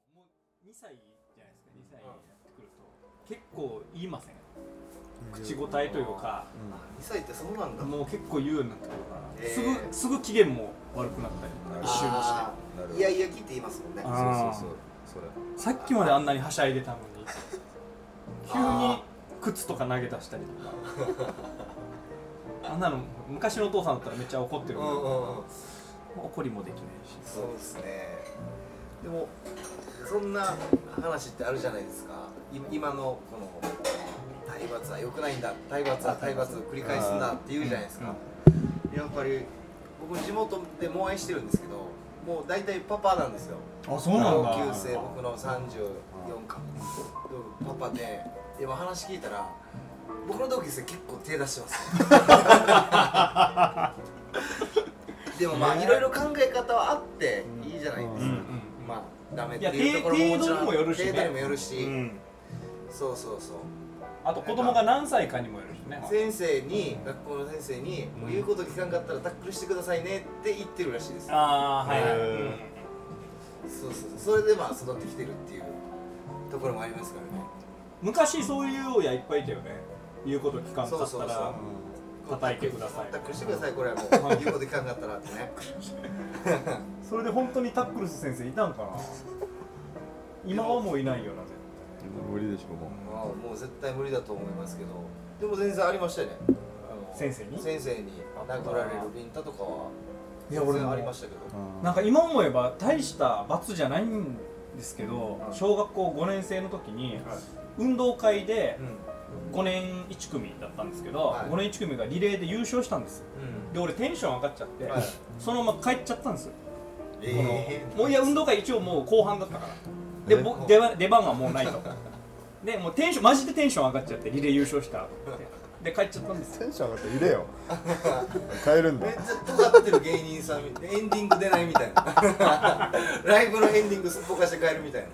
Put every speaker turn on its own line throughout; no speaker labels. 2歳じゃないですか2歳になってくると結構言いません口答えというか
2歳ってそうなんだ
もう結構言うようになってくるから、
えー
すぐすぐ機嫌も悪くなったりとか
あー
一周もして
あ
なるほど
いやいや切って言いますもんね
あ
そうそうそうそれ
さっきまであんなにはしゃいでた のに急に
あ
靴とか投げ出したりとかあんなの昔のお父さんだったらめっちゃ怒ってるもん
うん
怒りもできないし
そうですねでもそんな話ってあるじゃないですかい今のこの体罰は良くないんだ体罰は体罰を繰り返すんだって言うじゃないですか、やっぱり僕地元でもう愛してるんですけどもう大体パパなんですよ
あそ
同級生僕の34かパパででも話聞いたら僕の同級生結構 手出してますねでもまあいろいろ考え方はあっていいじゃないですか、
うんうんうん
まあダメっ
いや
ていうところももちろん
程度にもよるしね
程度にもよるし、
うん
そうそうそう
あと子供が何歳かにもよるしね
先生に学校の先生に
ん
もう言うこと聞かんかったらタックルしてくださいねって言ってるらしいです
ああはいはい、
へ
う
ー
ん
そうそうそうそれでまあ育ってきてるっていうところもありますからね
昔そういう親いっぱいいたよね言うこと聞かんか
そ
っ
うそ
た
うそ
ら叩いてください
タックルしてくださいこれはもう言うこと聞かんかったらってね
それで本当にタックルス先生いたんか な今はもういないよな絶
無理でしょも
まあもう絶対無理だと思いますけどでも全然ありましたよねあの
先生に
先生に殴られるビンタとかは
対いや俺
全然
も
ありましたけど
う
なんか今思えば大した罰じゃないんですけど
うん
小学校5年生の時に運動会で
うん
5年1組だったんですけど、
はい
5年1組がリレーで優勝したんですよ
う
で俺テンション上がっちゃって、
んはい
そのまま帰っちゃったんですよ、この
えー
もういや運動会一応もう後半だったからで
え
ぼ出番出番はもうないとでもうテンションマジでテンション上がっちゃってリレー優勝したってで帰っちゃったんですよ
テンション上がって入れよ帰るんだ
めっちゃ尖ってる芸人さんみたいなエンディング出ないみたいな ライブのエンディングすっぽかして帰るみたい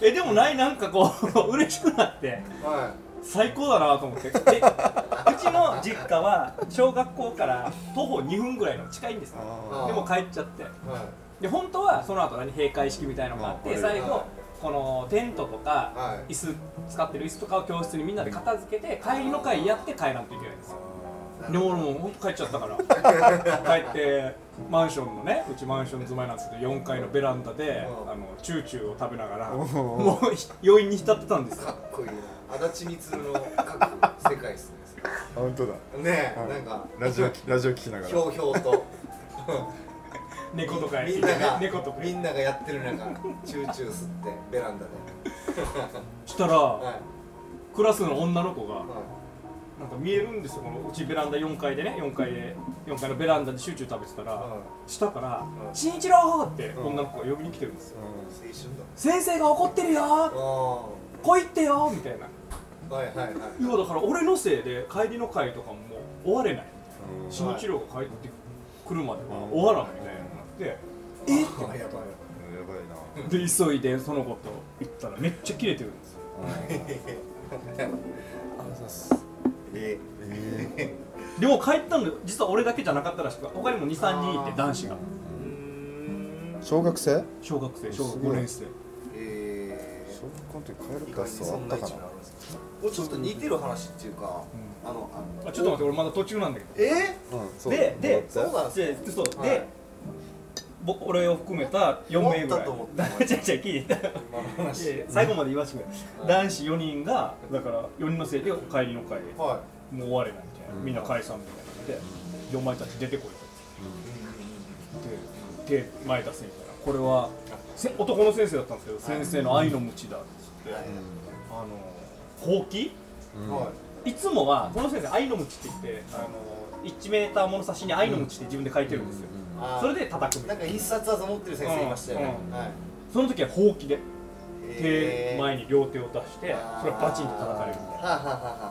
えでもないなんかこう 嬉しくなって
なは
最高だなと思ってでうちの実家は小学校から徒歩2分ぐらいの近いんですね
ー
でも帰っちゃって
いはい
で本当はその後何閉会式みたいなのがあって
あー
最
は
後このテントとか
は
椅子使ってる椅子とかを教室にみんなで片付けて帰りの会やって帰らんといけないんですよでも俺もうほんと帰っちゃったから 帰ってマンションのねうちマンション住まいなんですけど4階のベランダで
うん
あのチューチューを食べながら
うん
もうひ余韻に浸ってたんです
い
よ
かっこいいな足立光のかっこいい世界っす
あ本当だ
ねねえ
はい
なんか
ラジオラジオ聞きながら
ひょうひょうと
猫とかやっ
み
て
んなが
猫とか
みんながやってる中チューチュー吸ってベランダで
した
は
ら
い
クラスの女の子が
は
なんか見えるんですよこのうちベランダ4階でね4階で4階のベランダでチューチュー食べてた
い
ら
は
下から「
うん
新一郎!」って
うん
女の子が呼びに来てるんです
う
よ
い
ん
青春だ
「先生が怒ってるよ
あ
来いってよ!」みたいな
あはいはいはい
いやだから俺のせいで帰りの会とかももう終われない
うん
新一郎が帰ってくるまでは終わらんみたいになって「えっ?」
やばいやばい
やばいな
で急いでその子と行ったらめっちゃキレてるんですよ
え
え
でも帰ったの実は俺だけじゃなかったらしく他にも23人いて
あー
男子が
うーん
ー小学生
小学生小学
すご
5
い
年生
えー
小学校の時帰
意外
る合
に
奏
そ
あっ
んな
た
位
か
置
な
にあるんですねこれちょっと似てる話っていうか、あのあの
あちょっと待って俺まだ途中なんだけど
え
うんそう
でで
そ
そううなんです
でそう
か
で僕俺を含めた4名ぐらい
思っ たと思った
ちゃちゃ聞いて
今の話
で最後まで言わせてくれ
はい
男子4人がだから4人のせいで帰りの会も
は
う終われないみたいな
うん
みんな解散みたいなので「お前たち出てこい」とで手前出せみたいなこれはせ男の先生だったんですけど先生の愛の無知だっつって
はい
あのほうき
うん
い、
うん
はい
つもはこの先生愛の無知って言ってあの1メーター物差しに愛の無知って自分で書いてるんですよ
う
い
それで叩くみた
な
な
いんか必殺技持ってる先生いましたよね、
うん
はい
その時はほうきで手前
に
に両手を出してそれをバチンと叩かれるみたいな
はあ、はあはあ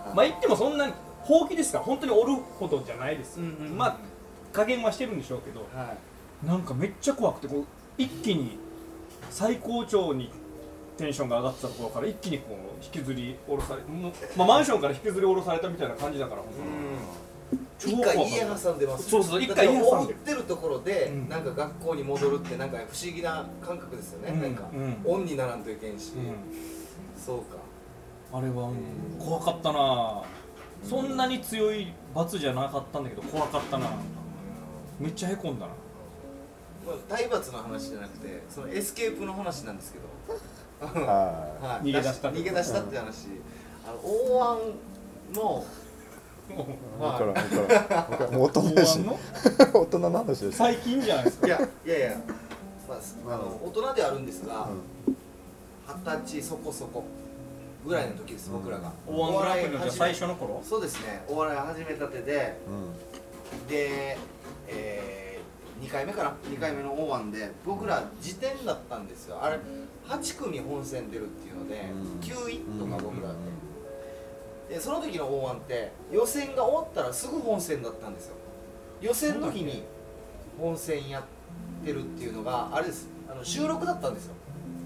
はあ
まあ言ってもそんなにほうきですから本当に折るほどじゃないですよ、まあ加減はしてるんでしょうけど
あはい
なんかめっちゃ怖くてこう一気に最高潮にテンションが上がってたところから一気にこう引きずり下ろされもう、まあ、マンションから引きずり下ろされたみたいな感じだから、
うん
超
一
怖かっ
回
た
家挟んでます
そうそう一回家挟んでる
だから追ってるところで、
うん
なんか学校に戻るってなんか不思議な感覚ですよね、
うん
なんか、
うん
オンにならんといけんし、
うん
そうか
あれはうん怖かったなそんなに強い罰じゃなかったんだけど怖かったなめっちゃへこんだな
まあ、体罰の話じゃなくてそのエスケープの話なんですけど、
あ
はい、
逃げ出した
逃げ出したって話、あの大湾の
あわからんわからんわからんもう大人やし
公安の
大人の話ですよ
最近じゃないですか
いやいやいや、まあす、あの大人ではあるんですが
うん
二十、歳そこそこぐらいの時です僕らが、
大安グランプリのじゃあ
始め
最初の頃
そうですねお笑い始めたてで
うん
で、え2回目かな2回目の大湾で僕ら次点だったんですよあれ8組本戦出るっていうので、
うん
9位と
うん
か僕ら、でその時の大湾って予選が終わったらすぐ本戦だったんですよ予選の日に本戦やってるっていうのがあれですあの収録だったんですよ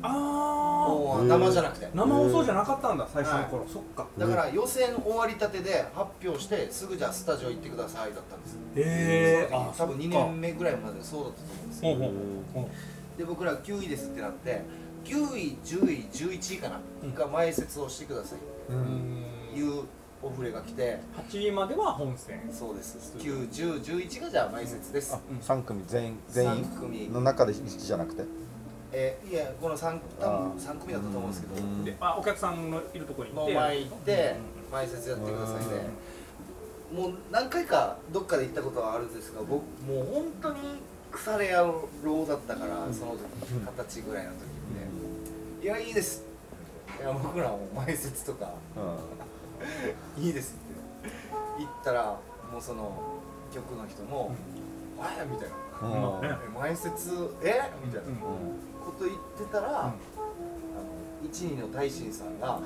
あ
大湾
へー
生じゃなくて
あ生放送じゃなかったんだ最初の頃そっか
だから予選終わりたてで発表してすぐじゃあスタジオ行ってくださいだったんですよ
へえ
その時多分2年目ぐらいまでそうだったと思うんです
ほ
よ
うほうほうほ
で僕ら9位ですってなって9位10位11位かな、
うん
が前説をしてくださいう
ううんーん
いうオフレが来て
8位までは本戦
そうです91011がじゃあ前説です、
うん
三組全員全
三組
員の中で一人じゃなくて
えーいやこの3多
あ
分
ー
3組だったと思うんですけど、
うん
であお客さんのいるところに行っ
の
て
前行って前説やってくださいで、もう何回かどっかで行ったことはあるんですが僕もう本当に腐れ野郎だったから、その時二十歳ぐらいの時って、いやいいですいや僕らもう前説とか
う
いいですって言ったらもうその局の人も「あや」みたいな
まあね
「前説えみたいな
うん
こと言ってたら、あの一位の大臣さんが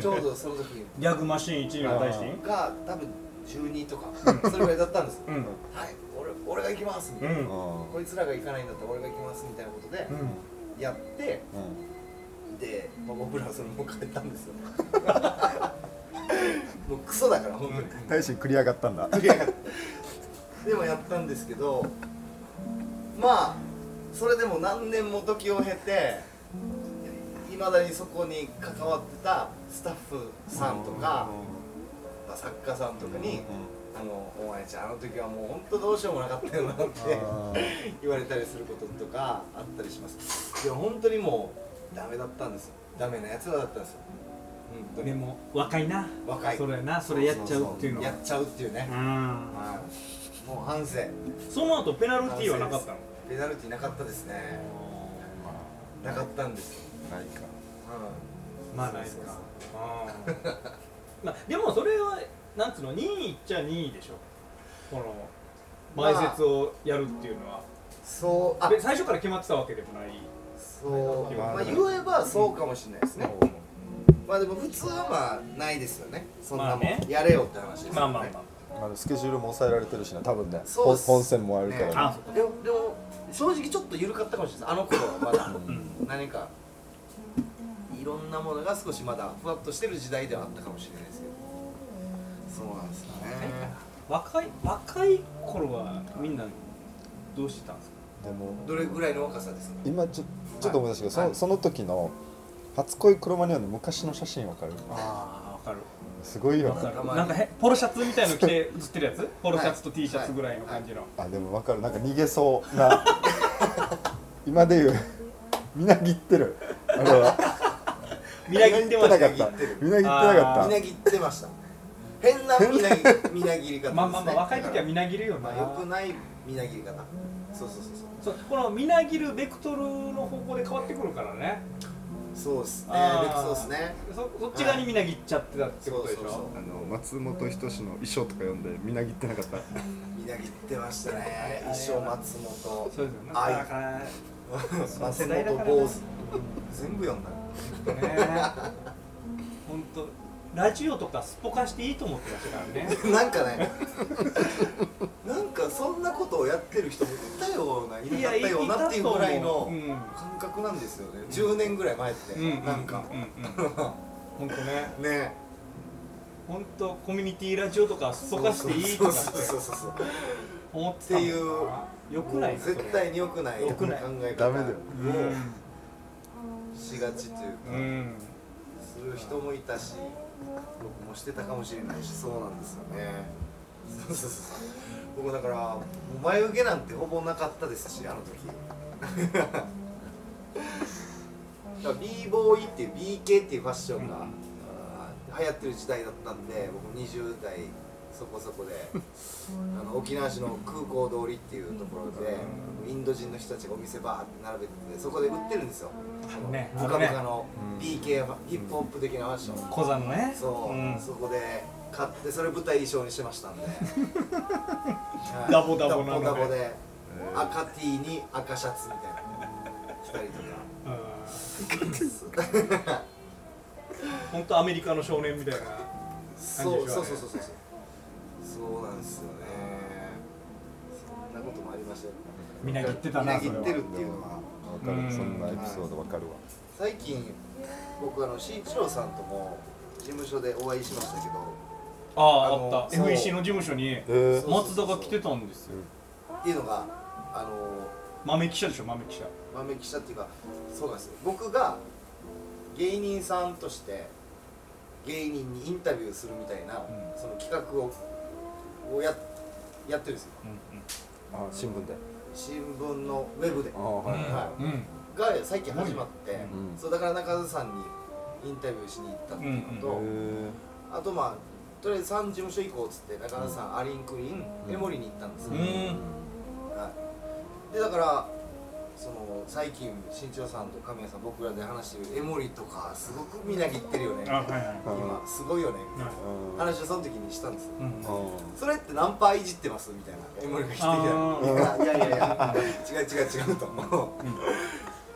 ちょうどその時
ギャグマシーン1位の大臣
が多分12とかそれぐらいだったんです
うんうん
「はい俺俺が行きます」み
う
たいな、
ん
ん
こいつらが行かないんだったら俺が行きます」みたいなことでやってで、まあ、僕らはそれもう帰ったんですよ もうクソだから本当に。
大臣繰り上がったんだ
でもやったんですけどまあそれでも何年も時を経ていまだにそこに関わってたスタッフさんとか、まあ、作家さんとかに「あのお前ちゃんあの時はもう本当どうしようもなかったよな」って 言われたりすることとかあったりしますでも本当にもうダメだったんですよダメなやつらだったんですよ本当
で
に
も若いな
若い
それやなそれやっちゃうっていうの
や
は
っちゃうっていうね、
うん
はいもう反省
その後ペナルティーはなかったの
ペナルティーなかったですねなかったんです
ないか
まあないですかうんまあでもそれはなんつうの任意っちゃ任意でしょこの前説をやるっていうのは、
そうあ
で最初から決まってたわけでもない
そう
まあ
まあ言えばそうかもしれないですね、まあでも普通はまあないですよねそんなもん、
まあね
やれよって話ですよね
まあまあま
まあスケジュールも抑えられてるしな多分ね
そう
本
っす
本戦もあるか
ね
ら
あそっか
でもでも正直ちょっと緩かったかもしれないですあの頃はまだ
あうん
何かいろんなものが少しまだふわっとしてる時代ではあったかもしれないですけどそうなんですよね
若い若い頃はみんなどうしてたんですか
でも
どれぐらいの若さですか
今ちょちょっと思い出したけどそ
は
の
い
その時の初恋クロマニオンの昔の写真わかる
ああわかる
すごいよ
わ
ね
か
た
る
まに
なんかへポロシャツみたいの着て写ってるやつポロシャツと T シャツぐらいの感じの、
あでもわかるなんか逃げそうな今で言うみなぎってるあれは
みなぎってました
なかった
み
みなぎってなか
あ
っ
みなぎってました変なみなぎ みなぎり方ですね
まあまあまあ若い時はみなぎるよ
ま
な
あ、良くないみなぎり方そうそうそ
そ
う
うこのみなぎるベクトルの方向で変わってくるからね
そうそうですね
あー
レクソースね
そそっち側にみなぎっちゃってたってことでしょ、
そうそう
たあの松本人志の衣装とか読んでみなぎってなかった
みなぎってましたね一生松
そう
本
ですよね
愛
だから
松
世代だ
本
からな
坊主全部読んだ
ね本当ラジオとかすっぽかしていいと思ってましたからね
な んかねなんかそんなことをやってる人もいたよう ないなかったようなっていうぐらいの
うん
感覚なんですよね10年ぐらい前って
うん
なんか
うんうんうん本当ね
ね
本当コミュニティラジオとかすっぽかしていいとかって
そうそうそうそう
思ってたのかな
っていう
よくない
絶対に良くない
良
考
くない
え方
ダメだよ
をしがちという
う
か
ん
する人もいたし僕もしてたかもしれないしそうなんですよね そうそうそう僕だからもう眉毛なんてほぼなかったですしあの時 だから b ボーイっていう BK っていうファッションが、
うん
あー流行ってる時代だったんで僕20代そこそこであの沖縄市の空港通りっていうところでインド人の人たちがお店バーって並べててそこで売ってるんですよ
あのね
ブカブカ
あ
の
うん
BK ファヒップホップ的なファッション、
小座のね
そう、
ん
そこで買ってそれ舞台衣装にしてました んで、はい
ダボダボなのね
ダボダボで赤 T に赤シャツみたいな着たり
うん
とか
本当アメリカの少年みたいな
そ
感じ
う
でしょうね
そうそうそうそうそうなんですよねそんなこともありましたよ
みなぎってたな
み
そ
な
れは
ぎってるっていうのは
わか
うん
るそんなエピソードわかるわ
最近僕あの慎一郎さんとも事務所でお会いしましたけど
あああった
あの
FEC の事務所に
え
そう
松田が来てたんですよ
っていうのがあの
豆記者でしょ豆記者
豆記者っていうかそうなんですよ僕が芸人さんとして芸人にインタビューするみたいな、
ん
その企画ををややってるんですよ
あ新聞で
新聞のウェブで
あはい
は
うんうん
が最近始まって、
うん
そうだから中津さんにインタビューしに行ったっていうのと、
うん
え
あとまあとりあえず3事務所行こうっつって中津さん、アリンクリン、
うん
エモリに行ったんですよ、
うん
はい、でだからその最近新潮さんと神谷さん僕らで話してる江守とかすごくみなぎってるよね
あはいはい
今すごいよねみたいな
うん
話をその時にしたんですよ
うん
それって何パーいじってますみたいな江守が来てきた
あ
いやいやいや違う違う違うともう
うん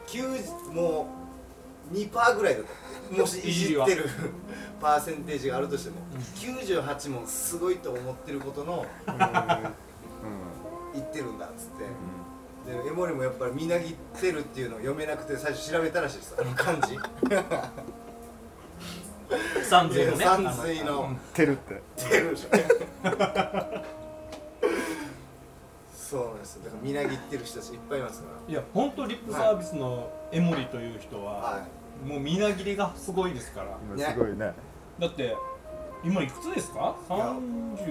90もう2パーぐらいだともしいじってるパーセンテージがあるとしても
うん
98もすごいと思ってることの
うん
言ってるんだっつって。で江守もやっぱりみなぎってるっていうのを読めなくて最初調べたらしいですあの漢字
三髄のね
山水の
てるって
てるでしょそうなんですよだからみなぎってる人たちいっぱいいますか
いや本当リップサービスの江守という人
ら
は
は
もうみなぎりがすごいですから
今すごいね
だって今いくつですか
いや
30?
い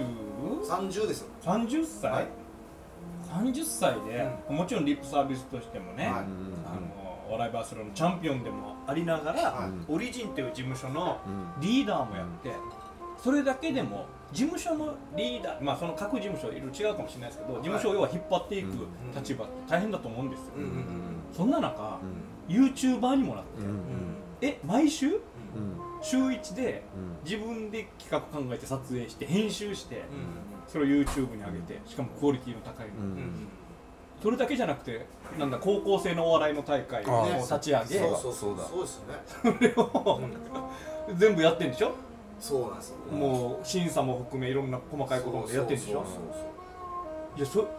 30ですよ
30歳
はい
30歳でもちろんリップサービスとしてもねあ
はい
のお笑いバスローのチャンピオンでもありなが
は
ら
い
オリジンという事務所の
うん
リーダーもやってそれだけでも事務所のリーダーまあその各事務所いろいろ違うかもしれないですけど事務所を要は引っ張っていく立場って大変だと思うんですよ
うんうん
そんな中
うん
YouTuber にもなって
うん
うんうん
え毎週
う
うんん
週1で
うん
自分で企画考えて撮影して編集して
うん
それを YouTube に上げてしかもクオリティの高いの、
うん
うんうん
それだけじゃなくてなんだ高校生のお笑いの大会
あ
を
ー
立ち上げ
そうそうそう
そうだ
そうですよね
それを全部やってんでしょ、
そうなんですよ
もう審査も含めいろんな細かいことまでやってんでしょ
そうそうそう
いやそ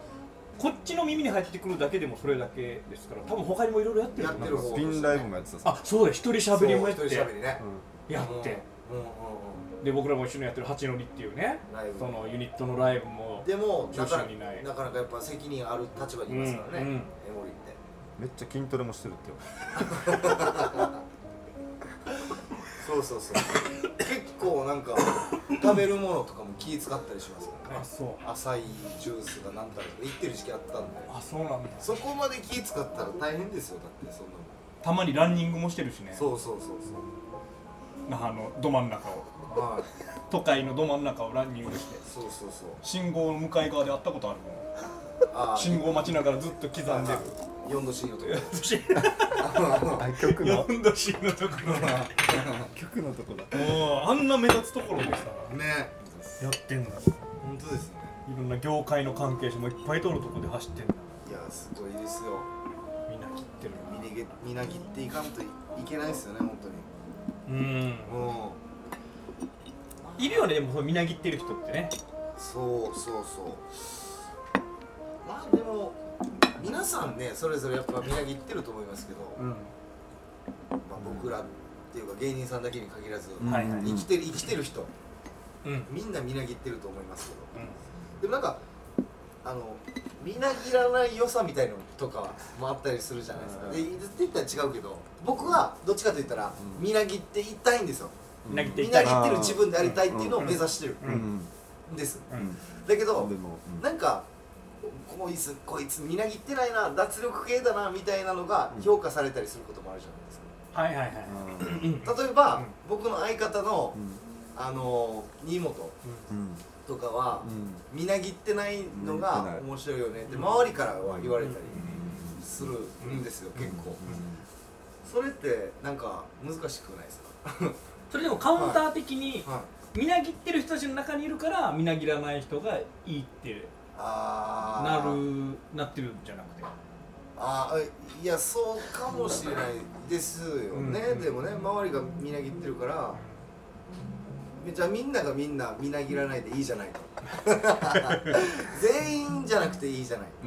こっちの耳に入ってくるだけでもそれだけですから多分他にもいろいろやってると思う
やってる
スピンライブもやってた
あそうだ一人喋りもやっ
そう一人喋
て
りね
やって
うんうんうん
で僕らも一緒にやってる八のりっていうね
うんライブ
そのユニットのライブも
でもな
上手
かな
にない
なかなかやっぱ責任ある立場にいますからね、
うんうん
エモリって
めっちゃ筋トレもしてるって
そうそうそう結構なんか食べるものとかも気使ったりしますもん
あ
ね
そう
浅いジュースが何たらとか言ってる時期あったんで
あそうなんだ
そこまで気使ったら大変ですよだってそんなも
たまにランニングもしてるしね
んそうそうそうそ
那覇のど真ん中を
うはい
都会のど真ん中をランニングして
そうそうそう
信号の向かい側で会ったことあるも
あ
ん信号待ちながらずっと刻んでる
4度 C のとこ
私
あ曲の
4度 C のとこ
曲のとこだ
ろもうあんな目立つところでさ
ね
やってんだ
本当ですね
いろんな業界の関係者もいっぱい通るとこで走ってんだ
いやすごいですよ
みんな切ってる
みなぎみなぎっていかんといいけないですよね本当に
なうん
うん
いるよねでもそのみなぎってる人ってね
そうそうそうまあでも皆さんねそれぞれやっぱみなぎってると思いますけど、
うん
まあ、僕らっていうか芸人さんだけに限らず、
はいはい
生きてる生きてる人
うん
みんなみなぎってると思いますけどでもなんかあのみなぎらない良さみたいのとかもあったりするじゃないですか、
うん
でって言ったら違うけど僕はどっちかと言ったら、
うん
みなぎっていたいんですよ
みなぎって
み
いた
な
い
ぎってる自分でありたいっていうのを
うん
目指してる
うんうん
んです、
う
うんん
だけ
うん
ど
でもうん
なんかこいつこいつみなぎってないな脱力系だなみたいなのが評価されたりすることもあるじゃないです
はいはいはい
うん
か、例えば、
うん
僕の相方の
うん
あの新本
うん
とかは、
うん
みなぎってないの
みなぎっ
が
てない
面白いよねって
うん
周りからは言われたり
う
するんですよ、結構、
う
それってなんか難しくないですか
それでもカウンター的に
はい
みなぎってる人たちの中にいるからみなぎらない人がいいって
あ
な
ー
るなってるんじゃなくて
あーいやそうかもしれないですよね、
うん
でもね周りがみなぎってるからじゃあみんながみんなみなぎらないでいいじゃないと全員じゃなくていいじゃない
う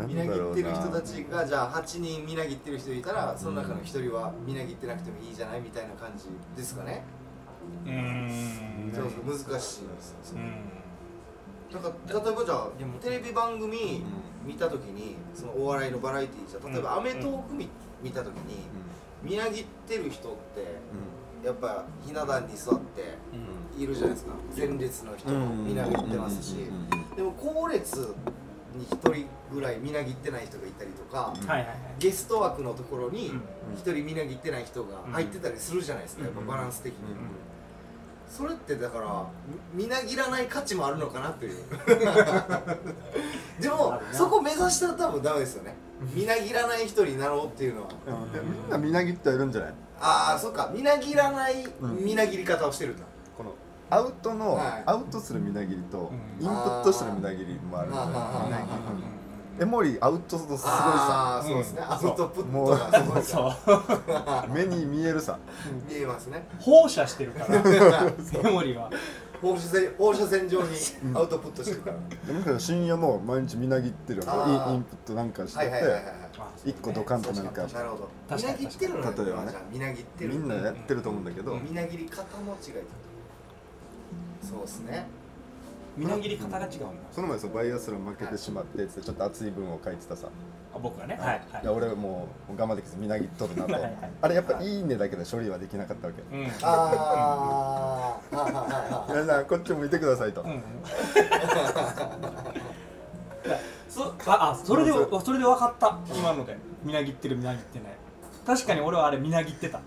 ん
ん
みなぎってる
な
人
んだろうな
たちがじゃあ8人みなぎってる人いたらその中の1人はみなぎってなくてもいいじゃないみたいな感じですかね、
うーん
そうそう難しいです
う
よ
ん
なんか例えばじゃあ
でも
テレビ番組見た時にそのお笑いのバラエティーじゃ例えば
うん
『アメトーーク』み見た時にみなぎってる人ってやっぱひな壇に座っているじゃないですか前列の人
うんう
も
ん
みなぎってますし
うん
でも後列に1人ぐらいみなぎってない人がいたりと
は
か
いはいはい
ゲスト枠のところに
うん
1人みなぎってない人が入ってたりするじゃないですかやっぱバランス的に
うん
それってだからみみなぎらない価値もあるのかな というでも
あるな
そこ目指したら多分ダメですよねみなぎらない人になろうっていうのは
うんでもみんなみなぎってはいるんじゃない
ああそっかみなぎらない
ん
みなぎり方をしてるんだ、
このアウトの、
はい
アウトするみなぎりと、
うん
インプットするみなぎりもあるみたい
あー
な
あー
う
う
ん
ん
エモリーアウトするとすごいさ
ああそうですね、
うん
アウトプット
もう
がすごい
そう
目に見えるさ
見えますね
放射してるからメモリは
放射線放射線上にアウトプットしてるから、
でも深夜も毎日みなぎってるわけ
あー
インインプットなんかして
はい
て、
はいはいはいはい
一個ドカンとなんか
なるほどみ
確か
な
に
ぎってるの
例えばね
じゃあみなぎってる
みんなやってると思うんだけど、
みなぎり方の違いだとそうですね
みなぎり方が違うんだ
その前さバイアスロン負けてしまってっつってちょっと熱い文を書いてたさ、
あ僕がねはい
いや俺もう我慢できずみなぎっとるなと
はいはい
あれやっぱ「いいね」だけで処理はできなかったわけ、
うん
あーはいはいはいはい
皆さんこっち向いてくださいと、
うんそああそれでわそれで分かった今のでみなぎってるみなぎってない確かに俺はあれみなぎってた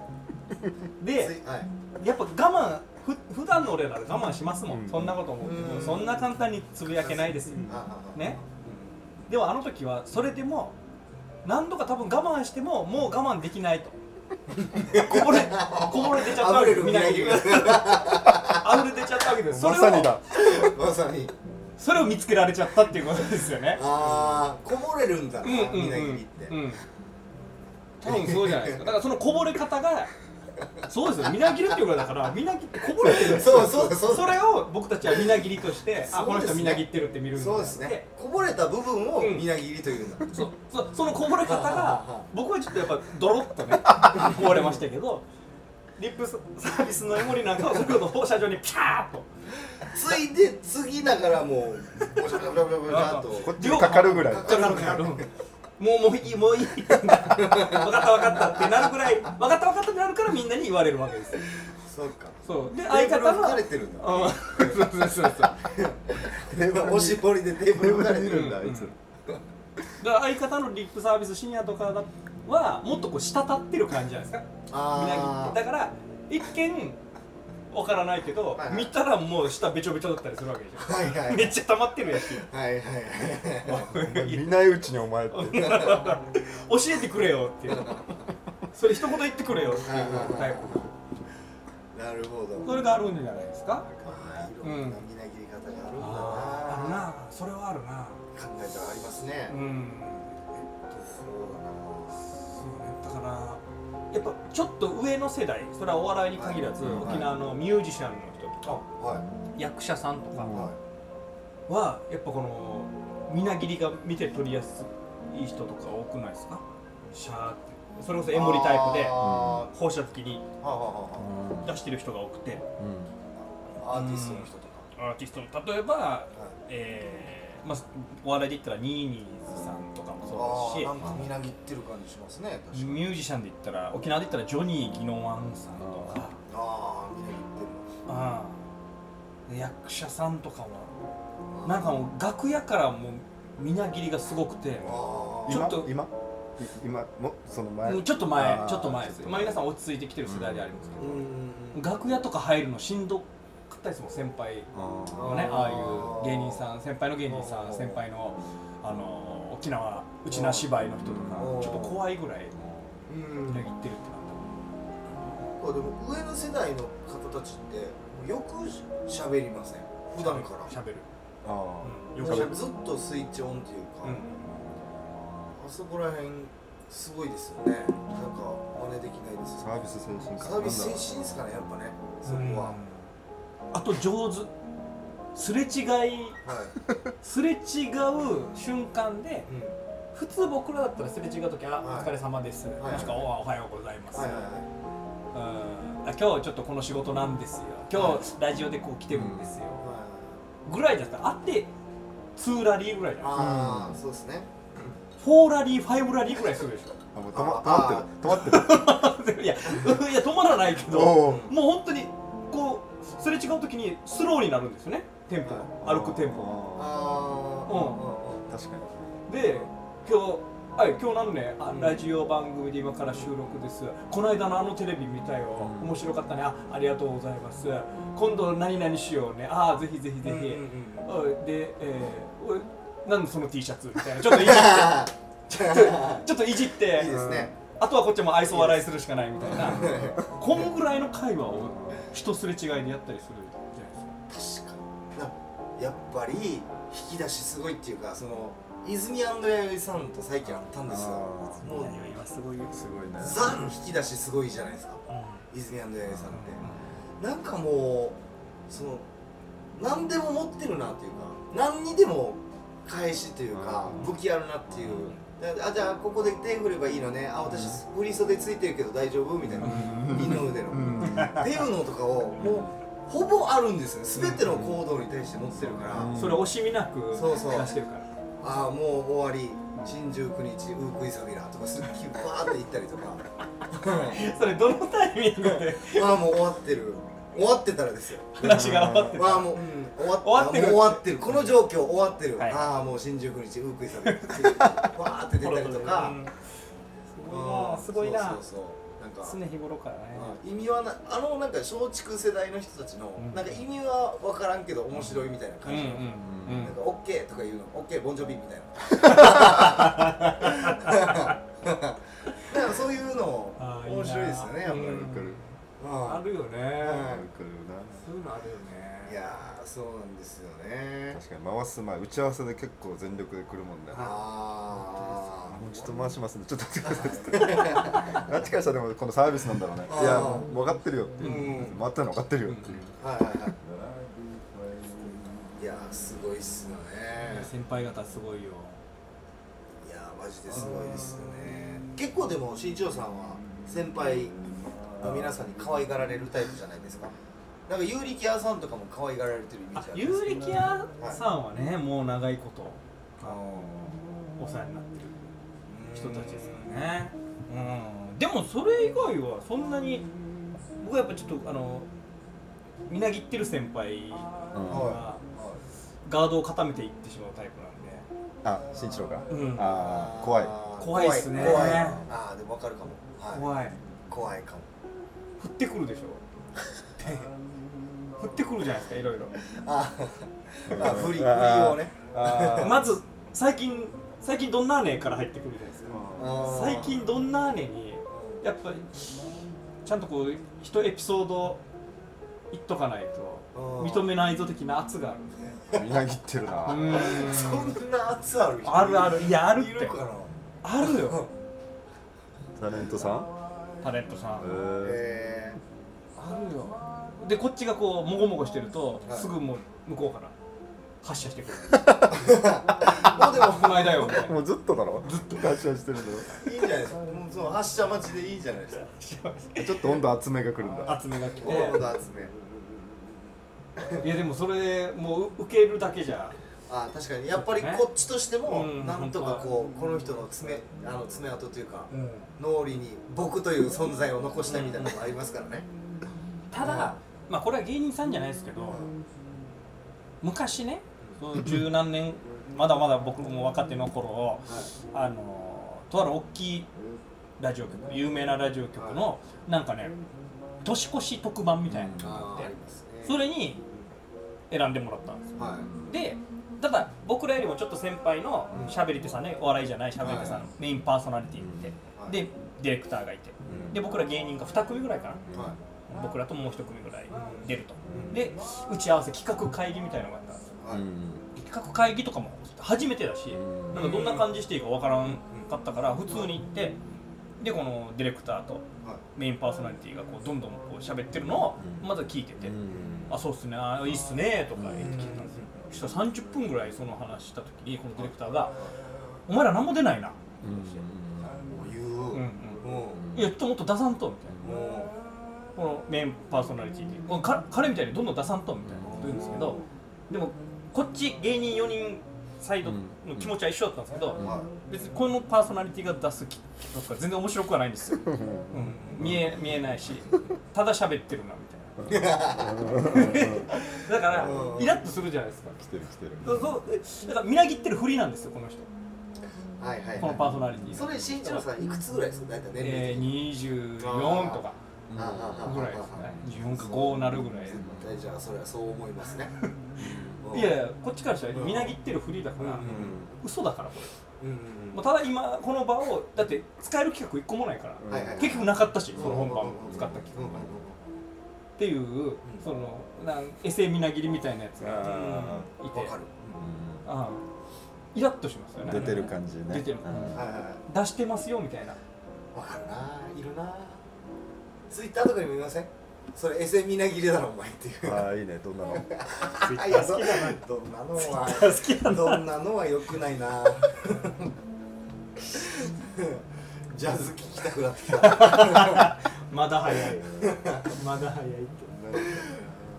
で
ついはい
やっぱ我慢ふ普段の俺らで我慢しますもん、
うん
そんなこと思っても
うん
そんな簡単につぶやけないですよ、
あああ
ねでもあの時はそれでも何度か多分我慢してももう我慢できない とこぼれこぼれ出ちゃった
あ
わ
ぶれ
け
る
み
み
な
な
ぎ
ぎ
り
り
があふれ出ちゃったわけですそ
ま
れ
さに
を
だ
まさに
それを見つけられちゃったっていうことですよね
ああこぼれるんだな
うんうんうん
みなぎりって
うん多分そうじゃないですかだからそのこぼれ方がそうですよみなぎるっていうことだからみなぎってこぼれてるんですよ
そうそうだそう
そ
だ
れを僕たちはみなぎりとしてあこの
そうです
人
ね
みなぎってるって見るんだ
そうですねこぼれた部分を
うん
みなぎりというんだ
そうそうそのこぼれ方
はあはあ
が
はあ
僕はちょっとやっぱドロッとねこぼれましたけどリップサービスのエモリなんかはそれこそ放射状にピャーッと
ついで次ながらも うボシャボシャボシャボシャと
こっちにかかるぐらい
か
かかるからもうもういいもういい分かった分かったってなるぐらい分かった分かったってなるからみんなに言われるわけです
そうか
そうで
テ
相
ーブル
方
を
の
かれてるんだ
うんそうそうそうそう
テーブルに
おしぼりでテーブ
テー
ル
ブ
をか
ル
れ
に
て
い
る
るんだあいつ、
うんだから相方のリップサービスシニアとかだはもっとこう滴ってる感じじゃないですかみなぎ
あ
ってだから一見わからないけど、
はいはい
見たらもう下べちょべちょだったりするわけでし
あはいは
ょ
い
めっちゃ溜まってるやし
はいはいはい
お前見ないうちにお前って
教えてくれよっていうそれ一言言ってくれよっていうタイプ
なるほど。
それがあるんじゃないですか
あーいろんなみなぎり方があるんだな。
あるなそれはあるな
考えたらありますね。
うん
そうだな。
そうねだからやっぱちょっと上の世代それはお笑いに限らず、
はい
沖縄のミュージシャンの人とか、
はい。
役者さんとか、
うん
は
はやっぱこのみなぎりが見て取りやすい人とか多くないですかシャーってそれこそ
い。
エモリタイプ
あー
で
は
放射的に
あはあは
出してる人が多くて
うん
あアーティストの人とか、
アーティストの例えば、えーまあ、お笑いで言ったらニーニーズさんとかもそう
ああ
だ
なんかみなぎってる感じしますね確
し
かに
ミュージシャンで言ったら沖縄で言ったらジョニー・ギノワンさんとか
ああみなぎってる
ああ役者さんとかもなんかもう楽屋からもうみなぎりがすごくて
あ
ちょ
今
っと
今い今もその前
うんちょっと前
あー
ちょっと前です
ちょっと
まあ皆さん落ち着いてきてる世代でありますけ
あ
ど、
うん
楽屋とか入るのしんどかったですもん先輩
あ
ね
あ
ああ
ー
いう芸人さん先輩の芸人さ
うん
ん先輩のあの沖縄うちな芝居の人とか
うん
ちょっと怖いぐらい
うん
みなぎってるってな
あでも上の世代の方たちってよくしゃべりません普段から
しゃべる
ああ
うんよく
喋る
しゃべる
ずっとスイッチオンっていうか、
うん
あそこら辺すごいですよねなんか真似できないです
サービス精神か
サービス精神ですかねやっぱねそこは、
あと上手すれ違い
はい、
すれ違う瞬間で
うん、
普通僕らだったらすれ違う時「あ
はい
お疲れ様です」
はい
もしくは「おはおはようございます」
はいはいはい
うんあ今日ちょっとこの仕事なんですよ今日ラジオでこう来てるんですよ、ぐらいだったらあって2ラリーぐらいじゃない
ああ、
うん
そうですね
4ラリー5ラリーぐらいするでし
あもう止ま止まってる止まってる
ょいやいや止まらないけども
おお
う本当にこうすれ違う時にスローになるんですよねテンポが歩くテンポが
あ
あ
あ
うん
あ確かに
で今日はい、今日何ねあラジオ番組で今から収録ですこの間のあのテレビ見たよ、
うん
面白かったねあありがとうございます今度何々しようねああぜひぜひぜひ、
うんうんうん
あで、えーおい、なんでその T シャツみたいなちょっといじって ちょっといじって
いいですね
あとはこっちも愛想笑いするしかないみた いなこんぐらいの会話を人すれ違いでやったりするじゃないですか
確かになやっぱり引き出しすごいっていうかその泉弥生さんと最近あったんですよ
あ
もう
今すごいよ、
すごいね
ザ引き出しすごいじゃないですか泉弥生さんってなんかもうその何でも持ってるなっていうか何にでも返しというか
うん
武器あるなっていうだあじゃあここで手振ればいいのねあ私振り袖ついてるけど大丈夫みたいな二の腕の
うん
っていうのとかをもうほぼあるんですよね全ての行動に対して持ってるから、
うん
それ惜しみなく
そうそう
出してるから
ああもう終わり珍十九日ウークイサビラとかすっきりバーって行ったりとか
それどのタイミングで
まあもう終わってる終わってたらですよ
話が終わってた
まあもう、うん、終わっ
終わってる
あもう終わってるこの状況終わってる、
はい
ああもう新宿日ウークイサビラ ってバーって出たりとか
うん
うん
すごいなすごいな
そうそうそうなんか
常日頃からね
うん意味はなあのなんか松竹世代の人たちの、
うん
なんか意味は分からんけど面白いみたいな
う
感
ん
じの、
うんうん
なんかオッケーとか言うの、オッケーボンジョビみたいな。なんかそういうの
あーいいな
面白いですよね、やっぱり。
う
うん
んあ
あ
るよね
ん
来るな
そういうのあるよね
いやー、そうなんですよね。
確かに回す前打ち合わせで結構全力で来るもんだよ
あ
もうちょっと回しますんでちょっと待ってくださいってあっちからしたらでもこのサービスなんだろうね
あー
いや分かってるよっていう
うん
回ったの分かってるよっていう
あ、はいはいはい。いやー、すごいっすよね。
先輩方すごいよ
いやー、マジですごいですよね。結構でも、新潮さんは先輩の皆さんに可愛がられるタイプじゃないですか。なんか、ユーリキアさんとかも可愛がられてるイメー
あ
ジあ
ユ
るんです
ーリキアさんはねもう長いこと
あー
お世話になってる人たちですからねうんでもそれ以外はそんなに僕はやっぱちょっとあのみなぎってる先輩
うん
がガードを固めていってしまうタイプなんで
あ新一郎が
うん
ああ怖い
怖いっすね
怖いああでもわかるかも、はい、怖い
怖い
かも
降ってくる でしょ降ってくるじゃないですかいろいろ
あーあ振り振り
あー
をね
あ
まず最近最近どんなーねーから入ってくるじゃないですか
あー
最近どんなーねーにやっぱりちゃんとこう一エピソード言っとかないと
うん
認めないぞ的な圧があるんで
ー みなぎってるな
そんな圧ある人
あるあるいやあるっ
いる
て
かな
あるよ
タレントさん
タレントさ
え
ん
ー
え
あるよでこっちがこうもごもごしてると
はい
すぐもう向こうから発射してくる
ー、もうでも
お前だよみたいな
もうずっとだろずっと感謝してるんだ
いいんじゃないですかもうその発射待ちでいいじゃないですか
ろちょっと温度厚めが来るんだ
集めが来て
心の集め
いやでもそれもう受けるだけじゃ
あ確かにやっぱりこっちとしても
うん
なんとかこうこの人の爪あの爪痕というか
うん
脳裏に僕という存在を残したいみたいなのもありますからね
ただまあこれは芸人さんじゃないですけど昔ねその十何年まだまだ僕も若手の頃あのとある大きいラジオ局有名なラジオ局のなんかね年越し特番みたいなのがあ
あ
っ
ーあ
て
りますね
それに選んでもらったんですよ
は
でただ僕らよりもちょっと先輩の
うん
しゃべり手さんねお笑いじゃないしゃべり手さん、
はい
メインパーソナリティって、
はい
でディレクターがいて
うん
で僕ら芸人が2組ぐらいかない
は
僕らともう1組ぐらい出ると、
うん
で打ち合わせ企画会議みたいなのがあったんですよ
いはい
企画会議とかも初めてだし、
うん
なんかどんな感じしていいかわからんかったから普通に行ってでこのディレクターと
はい
メインパーソナリティがこうどんどんこう喋ってるのを
うん
まず聞いてて、あそうっすねあいいっすねとか言って聞いたんですよそしたら30分ぐらいその話した時にこのディレクターが「お前ら何も出ないな」
もう言
う
う、
ん
も
うん、いやちょっともっと出さんと」みたいう
も
なこのメインパーソナリティにこのか彼みたいにどんどん出さんと」みたいなこと言うんですけどでもこっち芸人4人サイドの気持ちは一緒だったんですけど、
う
うん
はい
別にこのパーソナリティが出す企画とか全然面白くはないんですよ、うん、見え見えないしただ喋ってるなみたいなだから
うん
イラッとするじゃないですか
来てる来てる
そうそうだからみなぎってるふりなんですよこの人
はいはい
この
は
パーソナリテ
い
ィ
それ新一郎さんいくつぐらいですか大体年齢
え
的
ー、
に、
24とか
ああああ
ぐらいですね24か5なるぐらい
絶対じゃあそれはそう思います ね
いやいやこっちからしたらみなぎってるふりだから、
うん
嘘だからこ
うんうん
れ
う
もうただ今この場をだって使える企画1個もないから、
んはいはい
結局なかったし
うん
その本番使った企
う
画
んうんうん
っていう、そのなんエセみなぎりみたいなやつが
あ
いて
わかる、
ああイラッとしますよね
出てる感じね
出てる
うん
はいはいはい
出してますよみたいな
わかるないるなツイッターとかにもいませんそれ SM みなぎりだろお前っていう
ああいいねどんなの
いやそどんなのは
好きな
どんなのは良くないなジャズ聴きたくなってきた
まだ早い まだ早いって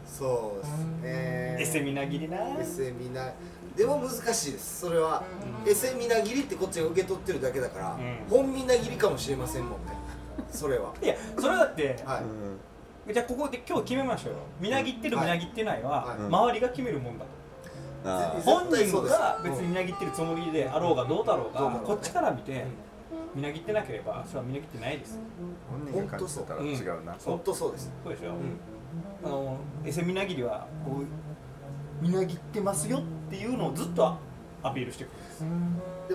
そうで
エ
す
セ
ね
みなぎりな
SM みなでも難しいですそれは、エセみなぎりってこっちが受け取ってるだけだから、
うん
本みなぎりかもしれません もんねそれはい
やそれだって
はい、
じゃあここで今日決めましょうよみなぎってる
は
み
い
なぎってないは
はい
周りが決めるもんだと
ほ
あー
本
絶対
人
そうです
が別にみなぎってるつもりであろうがどうだろう
ど
が
うだろうね
こっちから見て
うん
みなぎってなければそれはみなぎってないですよ
本人が感じてたら違うな
本当そうです、
そうでしょ、
うん
あのエセみなぎりはこうみなぎってますよっていうのをずっとアピールしてくるんです
で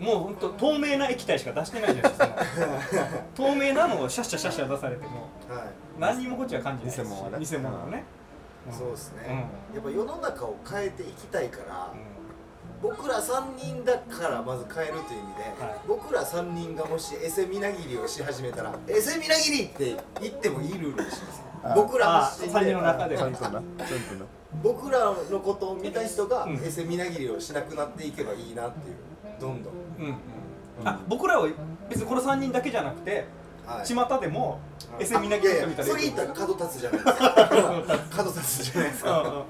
も
もう本当透明な液体しか出してないじゃないですか透明なのをシャッシャシャッシャ出されても
はい
何にもこっちは感じないです
偽物はね
偽物はね、ん
そうですね、やっぱ世の中を変えていきたいから、
う
僕ら3人だからまず変えるという意味で、
はい
僕ら3人がもしエセみなぎりをし始めたらエセみなぎりって言ってもいいルールにします
あ
僕ら
あ
発信
三人
で
の中で
ちゃんとなちゃんとな
僕らのことを見た人が
うん
エセみなぎりをしなくなっていけばいいなっていうどんどん
んうんあ僕らは別にこの3人だけじゃなくて、
はい
巷でもエセみなぎり
い
と
やい
見た
や
ら
それ言ったら角立つじゃないです か角立つじゃないです
うんう
か
んうん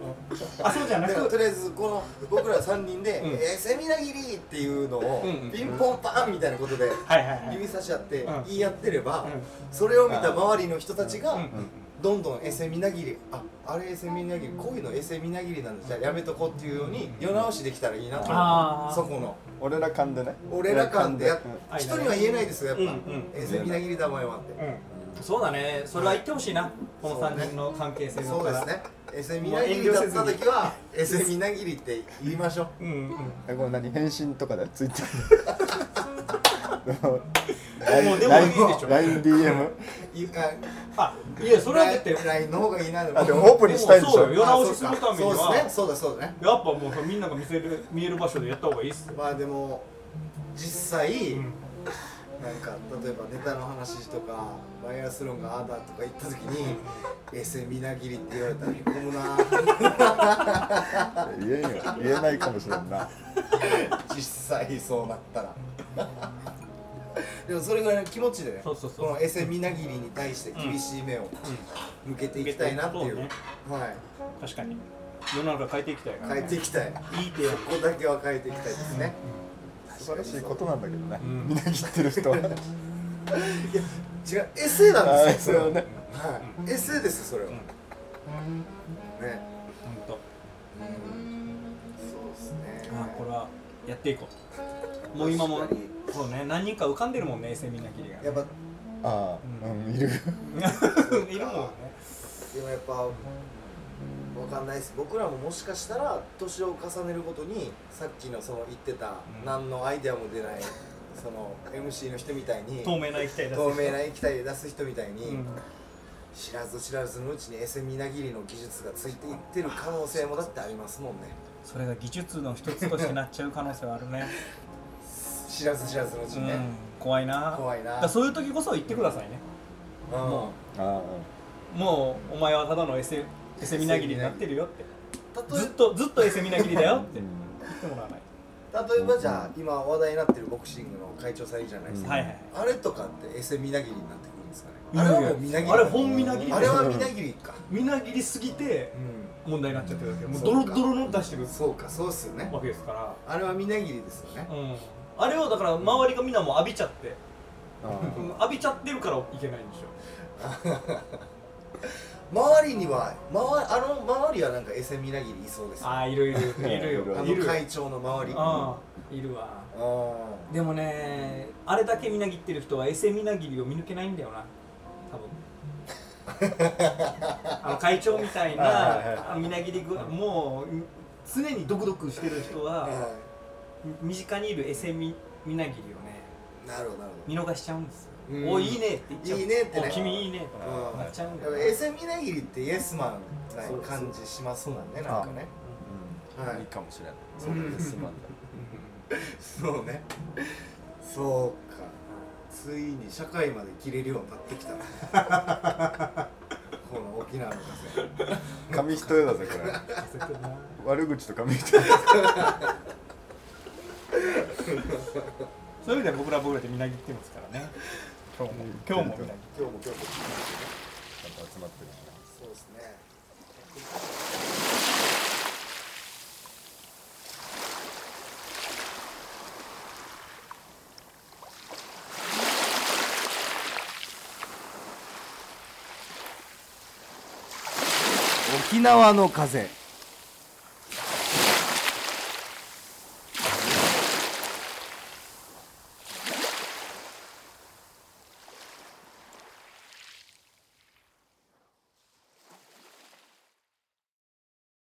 あそうじゃな
だから
く
とりあえずこの僕ら3人で
うん
「えーセミナギリ!」っていうのを
うんうん
ピンポンパンみたいなことで
はいはいはい
指差し合って
うん
言い合ってれば
うん
それを見た周りの人たち
うんう
が
ん
どんどん「えーセミナギリああれエセミナギリこういうのエセミナギリなんだじゃあやめとこう」っていうように世直しできたらいいな
あー
とそこの
俺ら間でね
俺ら間でやっ
う
人には言えないですよやっぱ
うんうん
「えーセミナギリだお前は」って
うんそうだね、それは言ってほしいな、この3人の関係性の
そうですねエセミナギ
もう
リ
遠慮
だ
せ
っ
ず
た
に
時は「エセミナギリ」って言いましょ
う
う
んうん
えこれ何返信とかでツイッ タ
もうで
ー
もいいでしょ
LINEDM
い
あ、
あ
いや、それはだって、
ラインの方がいいな
あでもオープンにしたいんでし
でもそう
ょ
よ世直しするためには
そうですねそうだそうだね
やっぱもうそのみんなが見せる見える場所でやった方がいいっすよ、
まあでも実際、
うん
なんか例えばネタの話とかバイアスロンがああだとか言った時に「エセみなぎり」って言われたらへこむな
言えんよ言えないかもしれんな
実際そうなったら でもそれぐらいの気持ちでね
そうそうそう
このエセみなぎりに対して厳しい目を向けていきたいなってい
そ
う、
うね
はい
確かに世の中変えていきたいから、
変えていきたい
いい提案
ここだけは変えていきたいですね
素晴らしいことなんだけどね、
うん
みなぎってる 人は
違うエセなんですよそれは
あーそうね
はいエセですそれは
うん
ね
本当
そうですね
あこれはやっていこうもう今も
確かに
そうね何人か浮かんでるもんね衛星みなぎりが
やっぱ
ああ、うん、いる
いるもんね
でもやっぱわかんないです僕らももしかしたら年を重ねるごとにさっきのその言ってた、
うん
何のアイデアも 出ないその MC の人みたいに
透明な液体だ
透明な液体で出す人みたいに、
うん
知らず知らずのうちにエセみなぎりの技術がついていってる可能性もだってありますもんね
それが技術の一つとしてなっちゃう可能性はあるね
知らず知らずのうち
う
にね、
ん怖いな
怖いな
だからそういう時こそ言ってくださいね
うん
も
ああ、
もうお前はただのエセエセみなぎりになってるよって
例え
ずっとずっとエセみなぎりだよって
うん、
言ってもらわない
例えばじゃあ今話題になってるボクシングの会長さんいるじゃないです
と
か、
はいはい
あれとかってエセみなぎりになってくるんですかね
いや
あ
い
れ
や
はもうみなぎり
あれ本みなぎり
あれはみなぎりか
みなぎりすぎて
う
問題になっちゃってるわけもう
そ
ド
う
ロ
か
ドロの出してくる
んそうかそうっすよね
わけですから
あれはみなぎりですよね
うんあれをだから周りがみんなもう浴びちゃって、
あ
うん
あ
浴びちゃってるからいけないんでしょ
周りには周りあの周りはなんかエセみなぎりいそうですよ
ああいるいる いるよ
あ
い
の
る
会長の周り
ああいるわ
あ
でもねあれだけみなぎってる人はエセみなぎりを見抜けないんだよな多分 あの会長みたい
はいはいはい
なあのみなぎり具合もう常にドクドクしてる人
あ
は
は
身近にいるエセみみなぎりをね
いなるほどなる
見逃しちゃうんですよ、
うん
おいいねって言っちゃう
いいねってね
お君いいね
ほ
と
ど
かなっちゃうんだよ
うん
な
やっぱエセみなぎりってイエスマンな感じしますもんねなんかねは
うんいい
い
かもしれないそれですまんだ
そうねそうかついに社会まで切れるようになってきたこの沖縄の風
紙一重だぜこれ悪口と紙一
そう
重
いう意味では僕らは僕らでみなぎってますからね今日も今 日もみなぎって
今日も今日も
なんか集まってるし
そうですね沖縄の風